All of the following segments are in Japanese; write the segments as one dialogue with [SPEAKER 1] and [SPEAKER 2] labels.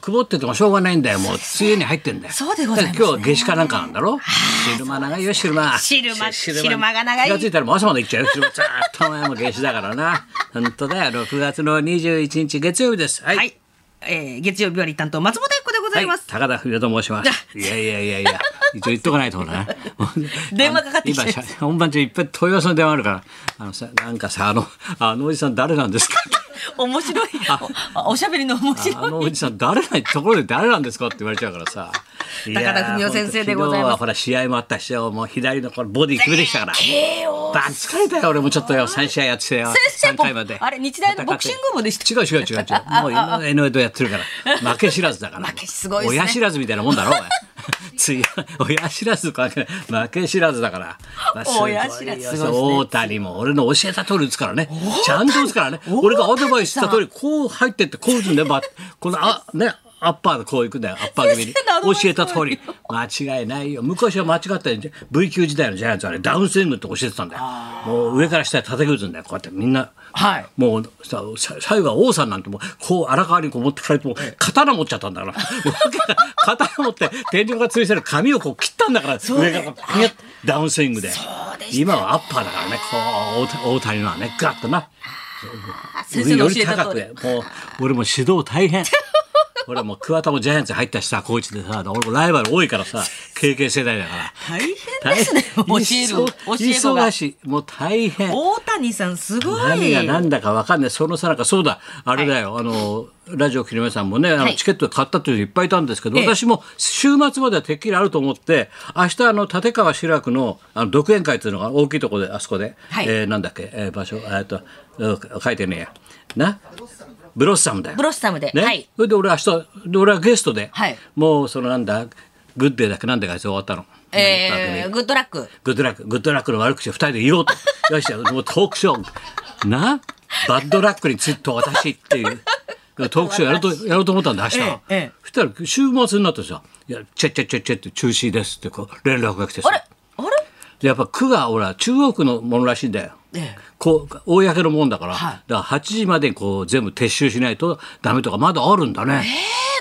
[SPEAKER 1] 曇っててもしょうがないんだよ。もう、梅雨に入ってんだよ。
[SPEAKER 2] そうでございますね
[SPEAKER 1] だから今日、夏至かなんかなんだろ昼間長いよ、昼間。
[SPEAKER 2] 昼間
[SPEAKER 1] し
[SPEAKER 2] 昼間が長い
[SPEAKER 1] 気がついたらもう朝まで行っちゃうよ。昼間ずーっと前も夏至だから な。本当だよ。6月の21日月曜日です。はい。
[SPEAKER 2] はい、えー、月曜日より担当松本英子でござ
[SPEAKER 1] はいい
[SPEAKER 2] ます。
[SPEAKER 1] 高田文夫と申します。いやいやいやいや。一応言っとかないとな。
[SPEAKER 2] 電話かかってき
[SPEAKER 1] 今
[SPEAKER 2] て
[SPEAKER 1] しゃ、本番中いっぱい問い合わせの電話あるから。あのさ、なんかさ、あの、あのおじさん誰なんですか
[SPEAKER 2] 面白いおおしゃべりの面
[SPEAKER 1] あ
[SPEAKER 2] 白い。
[SPEAKER 1] のおじさん誰ないところで誰なんですかって言われちゃうからさ。いやー
[SPEAKER 2] 高田文夫先生でございま
[SPEAKER 1] 昨日
[SPEAKER 2] す
[SPEAKER 1] はほら試合もあったしよ、もう左のこのボディ決めてきたから。
[SPEAKER 2] 慶応
[SPEAKER 1] バン疲れたよ、俺もちょっとよ、3試合やってたよ。
[SPEAKER 2] 先生
[SPEAKER 1] 3回ま
[SPEAKER 2] も
[SPEAKER 1] で。
[SPEAKER 2] あれ日大のボクシング部でした。
[SPEAKER 1] 違う違う違う違う。もう N 江戸やってるから。負け知らずだから。
[SPEAKER 2] 負けすごいっすね
[SPEAKER 1] 親知らずみたいなもんだろ、お前 次親知らずかけない負け知らずだ から。まあすごいよ
[SPEAKER 2] 親知らずすごいっすね
[SPEAKER 1] 大谷も俺の教えた通り打つからね。ちゃんと打つからね。俺がアドバイスした通り、こう入ってって、こう打つんだよ。バッこの、あ、ね。アッパーでこう行くんだよ、アッパー気味に
[SPEAKER 2] 先生のアドバイ。ス
[SPEAKER 1] 教えた通り。間違いないよ。昔は間違ったよ。V 級時代のジャイアンツはね、ダウンスイングって教えてたんだよ。もう上から下へ叩き打つんだよ。こうやってみんな。
[SPEAKER 2] はい
[SPEAKER 1] もうささ最後は王さんなんてもうこう荒川にこう持ってかれてもう刀持っちゃったんだから もう刀持って天井がついてる髪をこう切ったんだから上からこうピュッダウンスイングで今はアッパーだからねこう大谷大谷のはねガッとな
[SPEAKER 2] 先生
[SPEAKER 1] よ
[SPEAKER 2] の教
[SPEAKER 1] り
[SPEAKER 2] えた
[SPEAKER 1] 高
[SPEAKER 2] 通
[SPEAKER 1] く
[SPEAKER 2] り。
[SPEAKER 1] でもう俺も指導大 変俺はもう桑田もジャイアンツ入ったしさ高一でさ俺もライバル多いからさ経験世代だから。
[SPEAKER 2] 大変ですね。教える
[SPEAKER 1] 忙
[SPEAKER 2] 教え子が
[SPEAKER 1] 忙。しいもう大変
[SPEAKER 2] 大谷さんすご
[SPEAKER 1] 何
[SPEAKER 2] い。
[SPEAKER 1] が何だか分かんないそのさなかそうだあれだよ、あのラジオ桐のさんもねあの
[SPEAKER 2] はい
[SPEAKER 1] チケット買ったという人いっぱいいたんですけど、
[SPEAKER 2] ええ
[SPEAKER 1] 私も週末まではてっきりあると思って明日あの立川志らくのあの独演会というのが大きいところであそこで、
[SPEAKER 2] はい
[SPEAKER 1] えーなんだっけ、えー場所えーっとうん書いてねえやなブロッサムだよ
[SPEAKER 2] ブロッサムで。
[SPEAKER 1] ね、
[SPEAKER 2] はい。
[SPEAKER 1] それで俺明日で俺はゲストで、
[SPEAKER 2] はい
[SPEAKER 1] もうそのなんだグッデーだっけなんでかあいつ終わったの。
[SPEAKER 2] えー、グッドラック。
[SPEAKER 1] グッドラック、グッドラックの悪口を二人で言おうと。よっしゃ、もうトークショー。なバッドラックについて私っていう。トークショーやろうと、やろうと思ったんだ、明日は。
[SPEAKER 2] ええええ
[SPEAKER 1] そしたら、週末になってさ、いや、チェッチェッチェッチェって中止ですってこう連絡が来てさ
[SPEAKER 2] あ。れあれ
[SPEAKER 1] でやっぱ区が、ほら、中央区のものらしいんだよ。
[SPEAKER 2] ええ
[SPEAKER 1] こう、公のもんだから、
[SPEAKER 2] はい
[SPEAKER 1] だから8時までにこう、全部撤収しないとダメとか、まだあるんだね。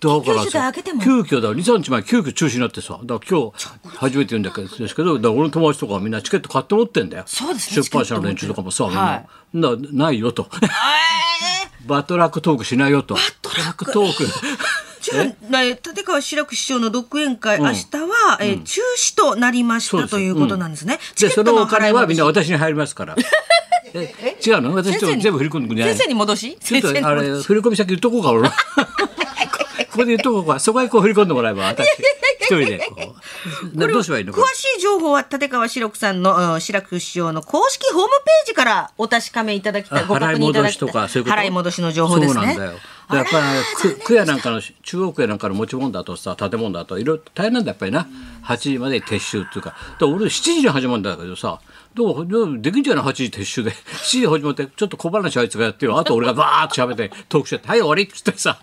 [SPEAKER 1] だから
[SPEAKER 2] 緊急事態明けても
[SPEAKER 1] 急遽だから23日前急遽中止になってさだから今日初めて言うんだけどですけどだから俺の友達とかはみんなチケット買って持ってんだよ
[SPEAKER 2] そうですね
[SPEAKER 1] 出版社の連中とかもさ、
[SPEAKER 2] チケッ
[SPEAKER 1] みんななないよと バトラックトークしないよとバトラックトーク
[SPEAKER 2] じゃあ、な立川志らく師匠の独演会、明日は、えー中止となりまし
[SPEAKER 1] そうで
[SPEAKER 2] た
[SPEAKER 1] す
[SPEAKER 2] ということなんですね。チ
[SPEAKER 1] で
[SPEAKER 2] ケ
[SPEAKER 1] そ
[SPEAKER 2] ット
[SPEAKER 1] のお
[SPEAKER 2] の払
[SPEAKER 1] 金
[SPEAKER 2] い
[SPEAKER 1] はみ
[SPEAKER 2] 戻
[SPEAKER 1] ん
[SPEAKER 2] し
[SPEAKER 1] な私に入りますから え違うの私と
[SPEAKER 2] 先生に
[SPEAKER 1] 全部振り込んでくんじゃない
[SPEAKER 2] 先
[SPEAKER 1] の
[SPEAKER 2] 生に戻し
[SPEAKER 1] ちょっ
[SPEAKER 2] 先生に
[SPEAKER 1] とあ
[SPEAKER 2] 戻し
[SPEAKER 1] れ振り込み先言っとこうか 俺ここで言っとこうかそこへこう振り込んでもらえば私一人でこうなどうすればいいのこ
[SPEAKER 2] 詳
[SPEAKER 1] れ
[SPEAKER 2] しい情報は立川志らくさんのうん志らく師匠の公式ホームページからお確かめいただきたい
[SPEAKER 1] あ
[SPEAKER 2] ご確
[SPEAKER 1] 払い
[SPEAKER 2] 認いた
[SPEAKER 1] 戻
[SPEAKER 2] だ
[SPEAKER 1] し
[SPEAKER 2] きた
[SPEAKER 1] と
[SPEAKER 2] い
[SPEAKER 1] かそういうこと
[SPEAKER 2] 払い戻しの情報です
[SPEAKER 1] そ
[SPEAKER 2] ね
[SPEAKER 1] うなんだよ
[SPEAKER 2] あ
[SPEAKER 1] だ
[SPEAKER 2] ら
[SPEAKER 1] からやっぱり区区やなんかの中央区やなんかの持ち物だとさ建物だといろいろ大変なんだやっぱりな8時まで撤収っていうかだから俺7時に始まるんだけどさどうどうできんじゃない8時撤収で 7時始まってちょっと小話あいつがやってよあと俺がバーッと喋ってトークしちゃって「はい終わり」っつってさ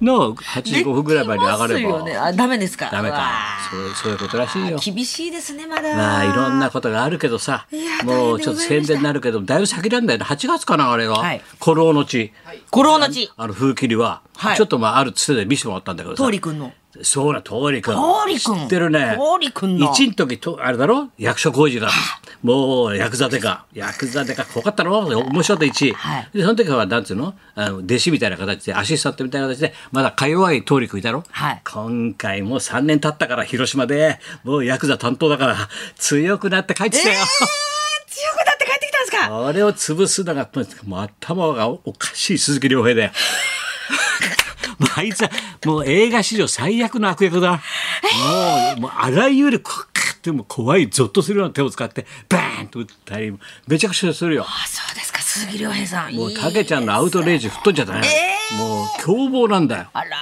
[SPEAKER 1] の8時5分ぐらいまで上が
[SPEAKER 2] で
[SPEAKER 1] れ
[SPEAKER 2] きますよ
[SPEAKER 1] ば
[SPEAKER 2] ねあダメですか
[SPEAKER 1] ダメ
[SPEAKER 2] う
[SPEAKER 1] か
[SPEAKER 2] わ
[SPEAKER 1] そうそういうことらしいよ
[SPEAKER 2] ー厳しいですねまだ
[SPEAKER 1] まあいろんなことがあるけどさ
[SPEAKER 2] や
[SPEAKER 1] もう
[SPEAKER 2] 大変で
[SPEAKER 1] ちょっ
[SPEAKER 2] ございました
[SPEAKER 1] と宣伝になるけどだいぶ先なんだよね8月かなあれは
[SPEAKER 2] はい
[SPEAKER 1] 「古老の地」
[SPEAKER 2] 五郎の地
[SPEAKER 1] あの風切りは、
[SPEAKER 2] はい
[SPEAKER 1] ちょっとまああるつてで見せてもらったんだけどさ
[SPEAKER 2] 通り君の
[SPEAKER 1] そうな通り君
[SPEAKER 2] 通り君
[SPEAKER 1] 知ってるね
[SPEAKER 2] 通り君の
[SPEAKER 1] 一の時とあれだろ役所工事がもうヤクザデカヤクザデカ濃かったろ面白かった一位、
[SPEAKER 2] はい
[SPEAKER 1] でその時はなんつうのあの弟子みたいな形でアシスタントみたいな形でまだか弱い通り君いたろ、
[SPEAKER 2] はい
[SPEAKER 1] 今回もう3年経ったから広島でもうヤクザ担当だから強くなって帰ってきたよ、
[SPEAKER 2] 強くなって帰ってきたんですか
[SPEAKER 1] あれを潰すのが、もう頭がおかしい鈴木亮平だよ。 もうあいつは、もう映画史上最悪の悪役だ。もう、もうあらゆる、こかってもう怖い、ゾッとするような手を使って、バーンと打ったり、めちゃくちゃするよ。
[SPEAKER 2] あそうですか鈴木亮平さん
[SPEAKER 1] も、
[SPEAKER 2] いうい
[SPEAKER 1] たけちゃんのアウトレイジ吹っ飛んじゃったね。もう、凶暴なんだよ。
[SPEAKER 2] あら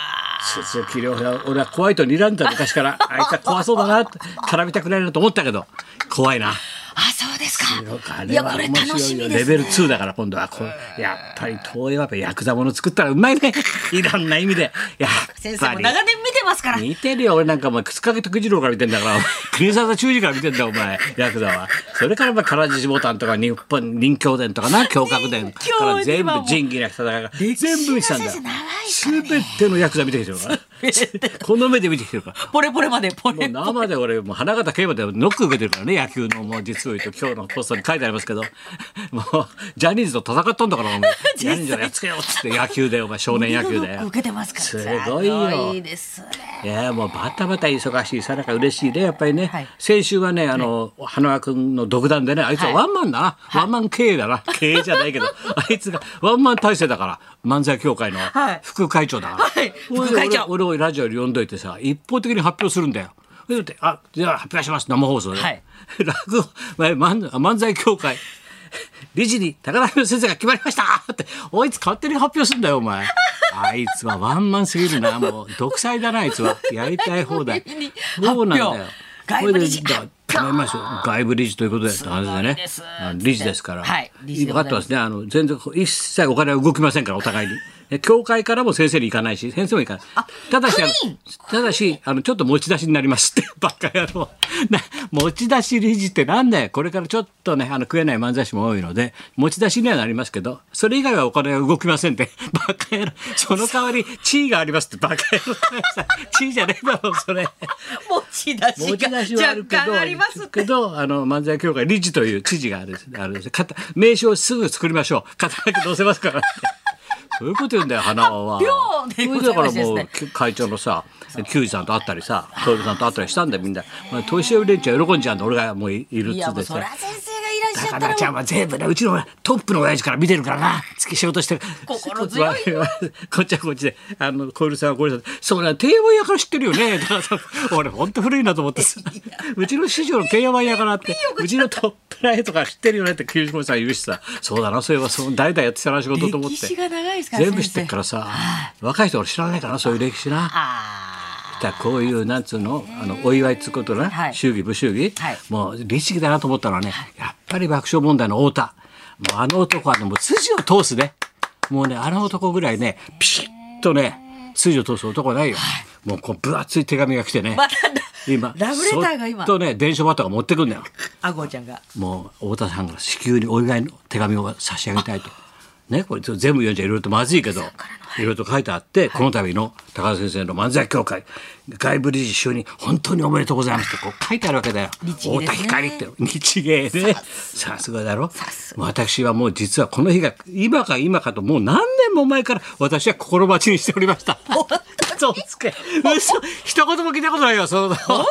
[SPEAKER 1] 鈴木亮平は俺は怖いと睨んだ昔から、あいつは怖そうだなって、絡みたくないなと思ったけど、怖いな。
[SPEAKER 2] あそうですか
[SPEAKER 1] あ
[SPEAKER 2] い
[SPEAKER 1] れ
[SPEAKER 2] や
[SPEAKER 1] は
[SPEAKER 2] これ
[SPEAKER 1] 面白
[SPEAKER 2] 楽し
[SPEAKER 1] いよ、
[SPEAKER 2] みですね
[SPEAKER 1] レベル2だから今度はこうやっ ぱり東映はやっぱヤクザもの作ったらうまいねいろんな意味でやっ
[SPEAKER 2] 先生
[SPEAKER 1] ぱ
[SPEAKER 2] も
[SPEAKER 1] り
[SPEAKER 2] 長年見てますから。
[SPEAKER 1] 見てるよ、俺なんかお前、くつかげとくじろうから見てんだから、国沢中二から見てんだ、お前、ヤクザは。それから、まあ、唐獅子ボタンとか、日本、臨教伝とかな、教覚伝から全部、仁義なき戦いが、全部見てたんだよ
[SPEAKER 2] 歴史の先生長いからね。
[SPEAKER 1] すべてのヤクザ見てきてるから。この目で見てきてるから。
[SPEAKER 2] ポレポレまでポ
[SPEAKER 1] もう
[SPEAKER 2] レ。
[SPEAKER 1] 生で俺もう花形競馬でノック受けてるからね野球のもう実を言うと今日のポストに書いてありますけどもうジャニーズと戦ったんだからお前ジャニーズをやっつけようっつって野球でお前少年野球
[SPEAKER 2] ノ
[SPEAKER 1] で
[SPEAKER 2] ック受けてますから。
[SPEAKER 1] すごいよ
[SPEAKER 2] すごいですね。
[SPEAKER 1] いやもうバタバタ忙しいさなか嬉しいねやっぱりね、
[SPEAKER 2] はい
[SPEAKER 1] 先週はねあの、花輪君の独断でねあいつはワンマンだな、ワンマン経営 だな経営じゃないけどあいつがワンマン体制だから漫才協会の
[SPEAKER 2] はい
[SPEAKER 1] 副会長だから、
[SPEAKER 2] はい
[SPEAKER 1] 俺
[SPEAKER 2] 副会長
[SPEAKER 1] 俺俺をラジオに呼んどいてさ一方的に発表するんだよ。それであじゃあ発表します生放送で、
[SPEAKER 2] はい
[SPEAKER 1] 落語前漫漫才協会理事に高田先生が決まりましたっておいつ勝手に発表すんだよお前あいつはワンマンすぎるなもう独裁だなあいつはやりたい放 題そうなんだよ
[SPEAKER 2] 発表外部理事
[SPEAKER 1] これでだ決まりましたよ外部理事ということでって話でね
[SPEAKER 2] すごいです
[SPEAKER 1] あの理事ですから、
[SPEAKER 2] はい理事で
[SPEAKER 1] 分
[SPEAKER 2] ご
[SPEAKER 1] か
[SPEAKER 2] ざいます
[SPEAKER 1] ってますねあの全然一切お金は動きませんからお互いに。え教会からも先生に行かないし先生も行かないただしあの
[SPEAKER 2] クリーン
[SPEAKER 1] ただし、あの、ちょっと持ち出しになりますって、 バカ野郎。な、持ち出し理事ってなんだよ。これからちょっとね、あの、食えない漫才師も多いので、持ち出しにはなりますけど、それ以外はお金が動きませんって、 バカ野郎。その代わり、地位がありますって、バカ野郎。 地位じゃねえだろ、それ。
[SPEAKER 2] 持ち出
[SPEAKER 1] 持ち出
[SPEAKER 2] し
[SPEAKER 1] し
[SPEAKER 2] が
[SPEAKER 1] はあるけ
[SPEAKER 2] 若
[SPEAKER 1] ど、
[SPEAKER 2] 干ありますって
[SPEAKER 1] け。どあの漫才協会理事という知事があるんですあるんです肩名称すぐ作りましょう肩書き載せますからって。そういうこと言うんだよ花輪は。
[SPEAKER 2] 秒でござ
[SPEAKER 1] だ
[SPEAKER 2] い
[SPEAKER 1] か
[SPEAKER 2] ま
[SPEAKER 1] ら
[SPEAKER 2] すです
[SPEAKER 1] も
[SPEAKER 2] ね
[SPEAKER 1] うき会長のさ球児さんと会ったりさ徹さんと会ったりしたんだよみんな。まあ、年寄り連中は喜んじゃうんだ俺がもういいるっ
[SPEAKER 2] い
[SPEAKER 1] つ
[SPEAKER 2] や
[SPEAKER 1] っ
[SPEAKER 2] もう
[SPEAKER 1] て
[SPEAKER 2] そ
[SPEAKER 1] さ
[SPEAKER 2] ら。先生がいらっしゃ
[SPEAKER 1] 高
[SPEAKER 2] った
[SPEAKER 1] 田ちゃ
[SPEAKER 2] ら
[SPEAKER 1] ん
[SPEAKER 2] もう
[SPEAKER 1] は全部ねうちのトップの親父から見てるからな付き仕事してる
[SPEAKER 2] 心強い
[SPEAKER 1] こっちはこっちであの小ルさんは小ルさんでそうな帝王屋から知ってるよ ねだからさ俺ほんと古いなと思ってさうちの師匠の帝王屋からってうちのトップライとから知ってるよねって九島さん言うしさそうだなそういえばその代々やってたな仕事と思っ
[SPEAKER 2] 歴史
[SPEAKER 1] て
[SPEAKER 2] が長いですから。
[SPEAKER 1] 全部知ってるかららさ若い人俺知らないからなそういう歴史な。だ
[SPEAKER 2] あ
[SPEAKER 1] からこういうなんつうのあのお祝いっつうことな、
[SPEAKER 2] はい
[SPEAKER 1] 祝儀不祝儀、
[SPEAKER 2] はい
[SPEAKER 1] もう律儀だなと思ったのはね、やっぱり爆笑問題の太田もうあの男はねもう筋を通すねもうねあの男ぐらいねピシッとね筋を通す男はないよ、もうこう分厚い手紙が来てね、
[SPEAKER 2] あ。まただ。
[SPEAKER 1] 今
[SPEAKER 2] ラブレターが今
[SPEAKER 1] そっとね電書バットが持ってくんだよ
[SPEAKER 2] あごちゃんが。
[SPEAKER 1] もう太田さんが至急にお祝いの手紙を差し上げたいと。ね、これ全部読んじゃいろいろとまずいけどいろいろと書いてあって、この度の高田先生の漫才協会外部理事就任本当におめでとうございますってこう書いてあるわけだよ、
[SPEAKER 2] 日芸
[SPEAKER 1] 太
[SPEAKER 2] です
[SPEAKER 1] 田
[SPEAKER 2] ね
[SPEAKER 1] 光って 日芸ねさすがだろ
[SPEAKER 2] す
[SPEAKER 1] 私はもう実はこの日が今か今かともう何年も前から私は心待ちにしておりました嘘つけ嘘一言も聞いたことないよその本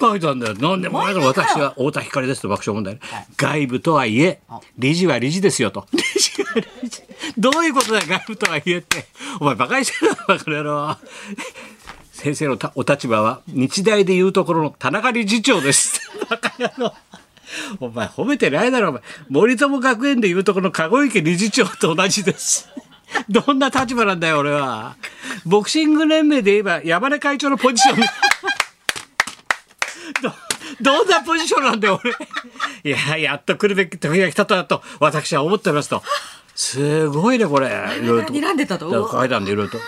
[SPEAKER 1] 書いたんだよ。なんでも前の私は太田光ですと爆笑問題、外部とはいえ、理事は理事ですよ と。理事は理事。どういうことだよ、外部とはいえって。お前、馬鹿にしてるのバカ野郎。先生のたお立場は、日大でいうところの田中理事長です。バカ野郎。 お前、褒めてないだろ、お前。森友学園でいうところの籠池理事長と同じです。 どんな立場なんだよ、俺は。ボクシング連盟で言えば、山根会長のポジション。 どどんなポジションなんだよ俺いややっと来るべき時が来たとだと私は思ってますとすごいねこれいろいろと
[SPEAKER 2] 睨んでたと
[SPEAKER 1] だから書いたんでいろいろと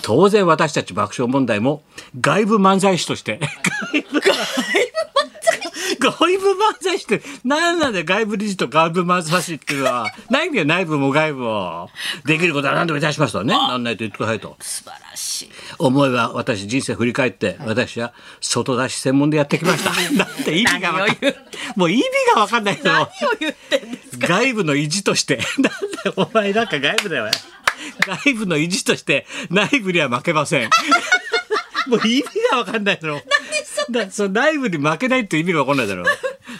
[SPEAKER 1] 当然私たち爆笑問題も外部漫才師として外部漫才師って何なんだよ外部理事と外部漫才師っていうの はないんだよ内部も外部もできることは何でもいたしますとねなんないと言ってくださいと
[SPEAKER 2] 素晴らしい。
[SPEAKER 1] 思えば私人生振り返って私は外出し専門でやってきま した。だって意味がわかんな
[SPEAKER 2] 何を言
[SPEAKER 1] い。もう意味がわかんないけ
[SPEAKER 2] 何を
[SPEAKER 1] ど
[SPEAKER 2] 言ってんの。
[SPEAKER 1] 外部の意地として。 なんだよお前なんか外部だよ。外部の意地として内部には負けません。 もう意味がわかんないだろ。だその内部に負けないって意味がわかんないだろ。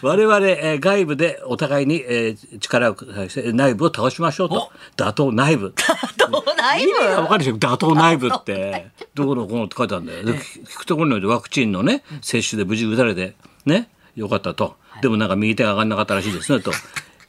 [SPEAKER 1] 我々、えー外部でお互いに、えー力を貸して内部を倒しましょうと。打倒内部。
[SPEAKER 2] どうない
[SPEAKER 1] 意味が
[SPEAKER 2] の。
[SPEAKER 1] わかるでしょ打倒内部 ってどこのこうのって書いてあるんだよで聞聞くところによってワクチンのね接種で無事打たれてねよかったとでもなんか右手が上がんなかったらしいですねと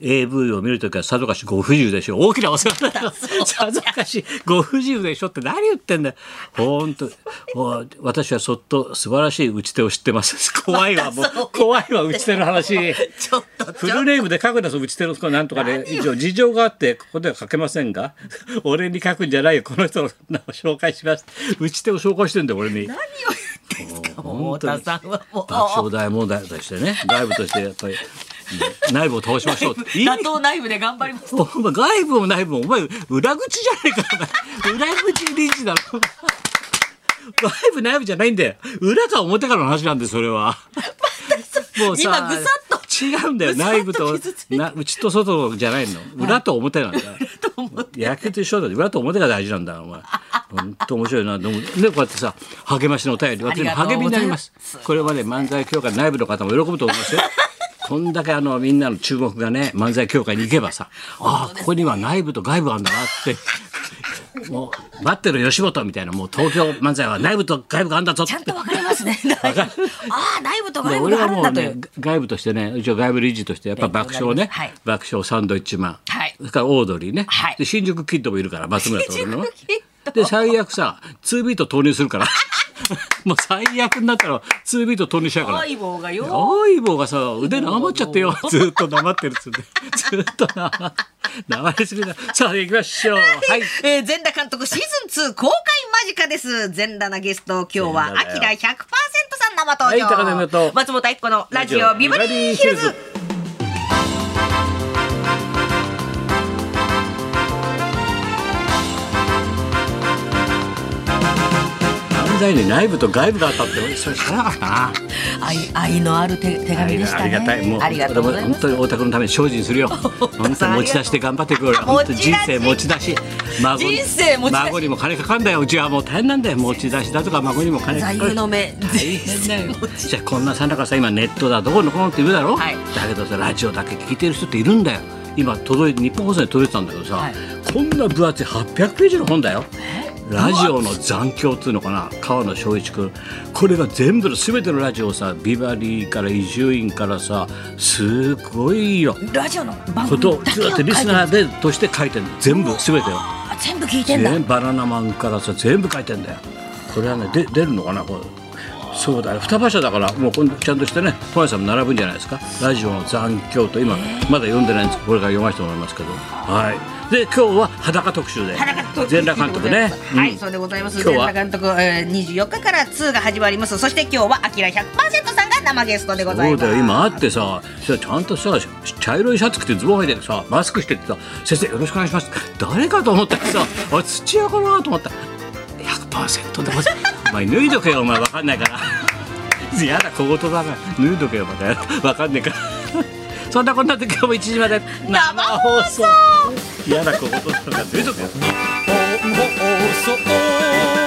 [SPEAKER 1] AV を見るときはさぞかしご不自由でしょう大きなお世話だよ さぞかしご不自由でしょって何言ってんだよほんとお私はそっと素晴らしい打ち手を知ってます怖いわも
[SPEAKER 2] またそう言っ
[SPEAKER 1] う
[SPEAKER 2] て
[SPEAKER 1] 怖いわ打ち手の話
[SPEAKER 2] ちょっと
[SPEAKER 1] フルネームで書くなそう打ち手のこなんとかで以上事情があってここでは書けませんが 俺に書くんじゃないよこの人の名を紹介します打ち手を紹介してんだよ俺に。
[SPEAKER 2] 何を言ってんですかもう
[SPEAKER 1] 本当
[SPEAKER 2] 太
[SPEAKER 1] に
[SPEAKER 2] 田さんはもう
[SPEAKER 1] 爆笑大問題としてね外部としてやっぱりうん内部を倒しましょうっていい
[SPEAKER 2] 打倒ナイフで頑張ります
[SPEAKER 1] お前外 部も内部もお前裏口じゃないからお前裏口理事だろ外部内部じゃないんだよ裏か表かの話なんでそれはも
[SPEAKER 2] 今ぐさっ
[SPEAKER 1] 違うんだよ
[SPEAKER 2] ぐさっと
[SPEAKER 1] 内部と
[SPEAKER 2] 傷つい
[SPEAKER 1] な内と外じゃないの裏と表なんだよ野球と一緒だよ裏と表が大事なんだお前本当面白いなでもねこうやってさ励ましのお便り私の励みになりますこれはね漫才協会内部の方も喜ぶと思います よこんだけあのみんなの注目がね漫才協会に行けばさああここには内部と外部あんだなってもう待ってる吉本みたいなもう東京漫才は内部と外部があんだぞって
[SPEAKER 2] ちゃんとわかりますねあ
[SPEAKER 1] かる
[SPEAKER 2] あ内部と
[SPEAKER 1] で
[SPEAKER 2] 外部
[SPEAKER 1] 俺
[SPEAKER 2] があ
[SPEAKER 1] は
[SPEAKER 2] るん
[SPEAKER 1] もう
[SPEAKER 2] だとい
[SPEAKER 1] ね
[SPEAKER 2] う
[SPEAKER 1] 外部としてね一応外部理事としてやっぱ爆笑ね、
[SPEAKER 2] 勉強になります
[SPEAKER 1] 爆笑サンドイッチマン、
[SPEAKER 2] はい
[SPEAKER 1] それからオードリーね、
[SPEAKER 2] はい
[SPEAKER 1] で新宿キッドもいるから松村徹 の
[SPEAKER 2] 新宿キッド
[SPEAKER 1] で最悪さ2ビート投入する からもう最悪になったら2ビート投入しちゃうから
[SPEAKER 2] 相棒がよ
[SPEAKER 1] 相棒がさ腕なまっちゃってよずっとなまってるっつってずっとなまなまりすぎださあ行きましょうはい
[SPEAKER 2] えー、全裸監督シーズン2公開間近です。全裸なゲスト、今日は、
[SPEAKER 1] 全
[SPEAKER 2] ア
[SPEAKER 1] 裸
[SPEAKER 2] キ
[SPEAKER 1] だ
[SPEAKER 2] ラ
[SPEAKER 1] よ
[SPEAKER 2] 100%さん生登場。
[SPEAKER 1] はい高野目と
[SPEAKER 2] 松本一子のラジオビバリーヒルズ。
[SPEAKER 1] 犯罪に内部と外部があったってそれ知らなかったな
[SPEAKER 2] 愛愛のある手手紙でしたね。
[SPEAKER 1] ありがたい。もう
[SPEAKER 2] ありがとうございま
[SPEAKER 1] 本
[SPEAKER 2] す。
[SPEAKER 1] 当に大田君のために精進するよ。本当に持ち出して頑張っていくよ。本当に人生持ち出し。孫に
[SPEAKER 2] 人生持ち出し
[SPEAKER 1] 孫にも金かかんだよ。うちはもう大変なんだよ。持ち出しだとか孫にも金かか
[SPEAKER 2] 座
[SPEAKER 1] る。
[SPEAKER 2] 右の銘。
[SPEAKER 1] 大変だよ。 じゃあこんなさなかさ今ネットだどこのこうのって言うだろ。
[SPEAKER 2] はい
[SPEAKER 1] だけどさラジオだけ聞いてる人っているんだよ。今届い日本放送に届いてたんだけどさ、
[SPEAKER 2] はい
[SPEAKER 1] こんな分厚い800ページの本だよ。ラジオの残響っていうのかな川野翔一君これが全部の全てのラジオをさビバリーから伊集院からさすごいよ
[SPEAKER 2] ラジオの番
[SPEAKER 1] こ
[SPEAKER 2] 組
[SPEAKER 1] と
[SPEAKER 2] だけ
[SPEAKER 1] ずっと
[SPEAKER 2] を書いて
[SPEAKER 1] リス
[SPEAKER 2] る。
[SPEAKER 1] ナーでとして書いてる全部全てよ
[SPEAKER 2] あ全部聞いてんだ。
[SPEAKER 1] 全バナナマンからさ全部書いてんだよこれはねで出るのかなこれそうだね双葉社だからもう今度ちゃんとしてね本屋さんも並ぶんじゃないですかラジオの残響と今まだ読んでないんですけどこれから読ませてもらいますけどはいで今日は裸特集で
[SPEAKER 2] 裸と
[SPEAKER 1] 全裸監督ね、
[SPEAKER 2] は
[SPEAKER 1] う
[SPEAKER 2] い、
[SPEAKER 1] ん
[SPEAKER 2] そうでございます。
[SPEAKER 1] 今
[SPEAKER 2] 全
[SPEAKER 1] 日は
[SPEAKER 2] 裸監督、えー、24日から2が始まります。そして今日はアキラ100%さんが生ゲストでござい
[SPEAKER 1] そう
[SPEAKER 2] ます。
[SPEAKER 1] だよ今あってさちゃんとさ茶色いシャツ着てズボン履いてさマスクしててさ「先生よろしくお願いします」誰かと思ったらさ「あ土屋かな?」と思ったら「100%でございます」 お前脱いどけよお前わかんないから」 「やだ小言だな脱いどけよまたわかんねえから」 そんなこんなで今日も1時まで
[SPEAKER 2] 生
[SPEAKER 1] 放送やだ小言だな脱いどけよ
[SPEAKER 3] 本放送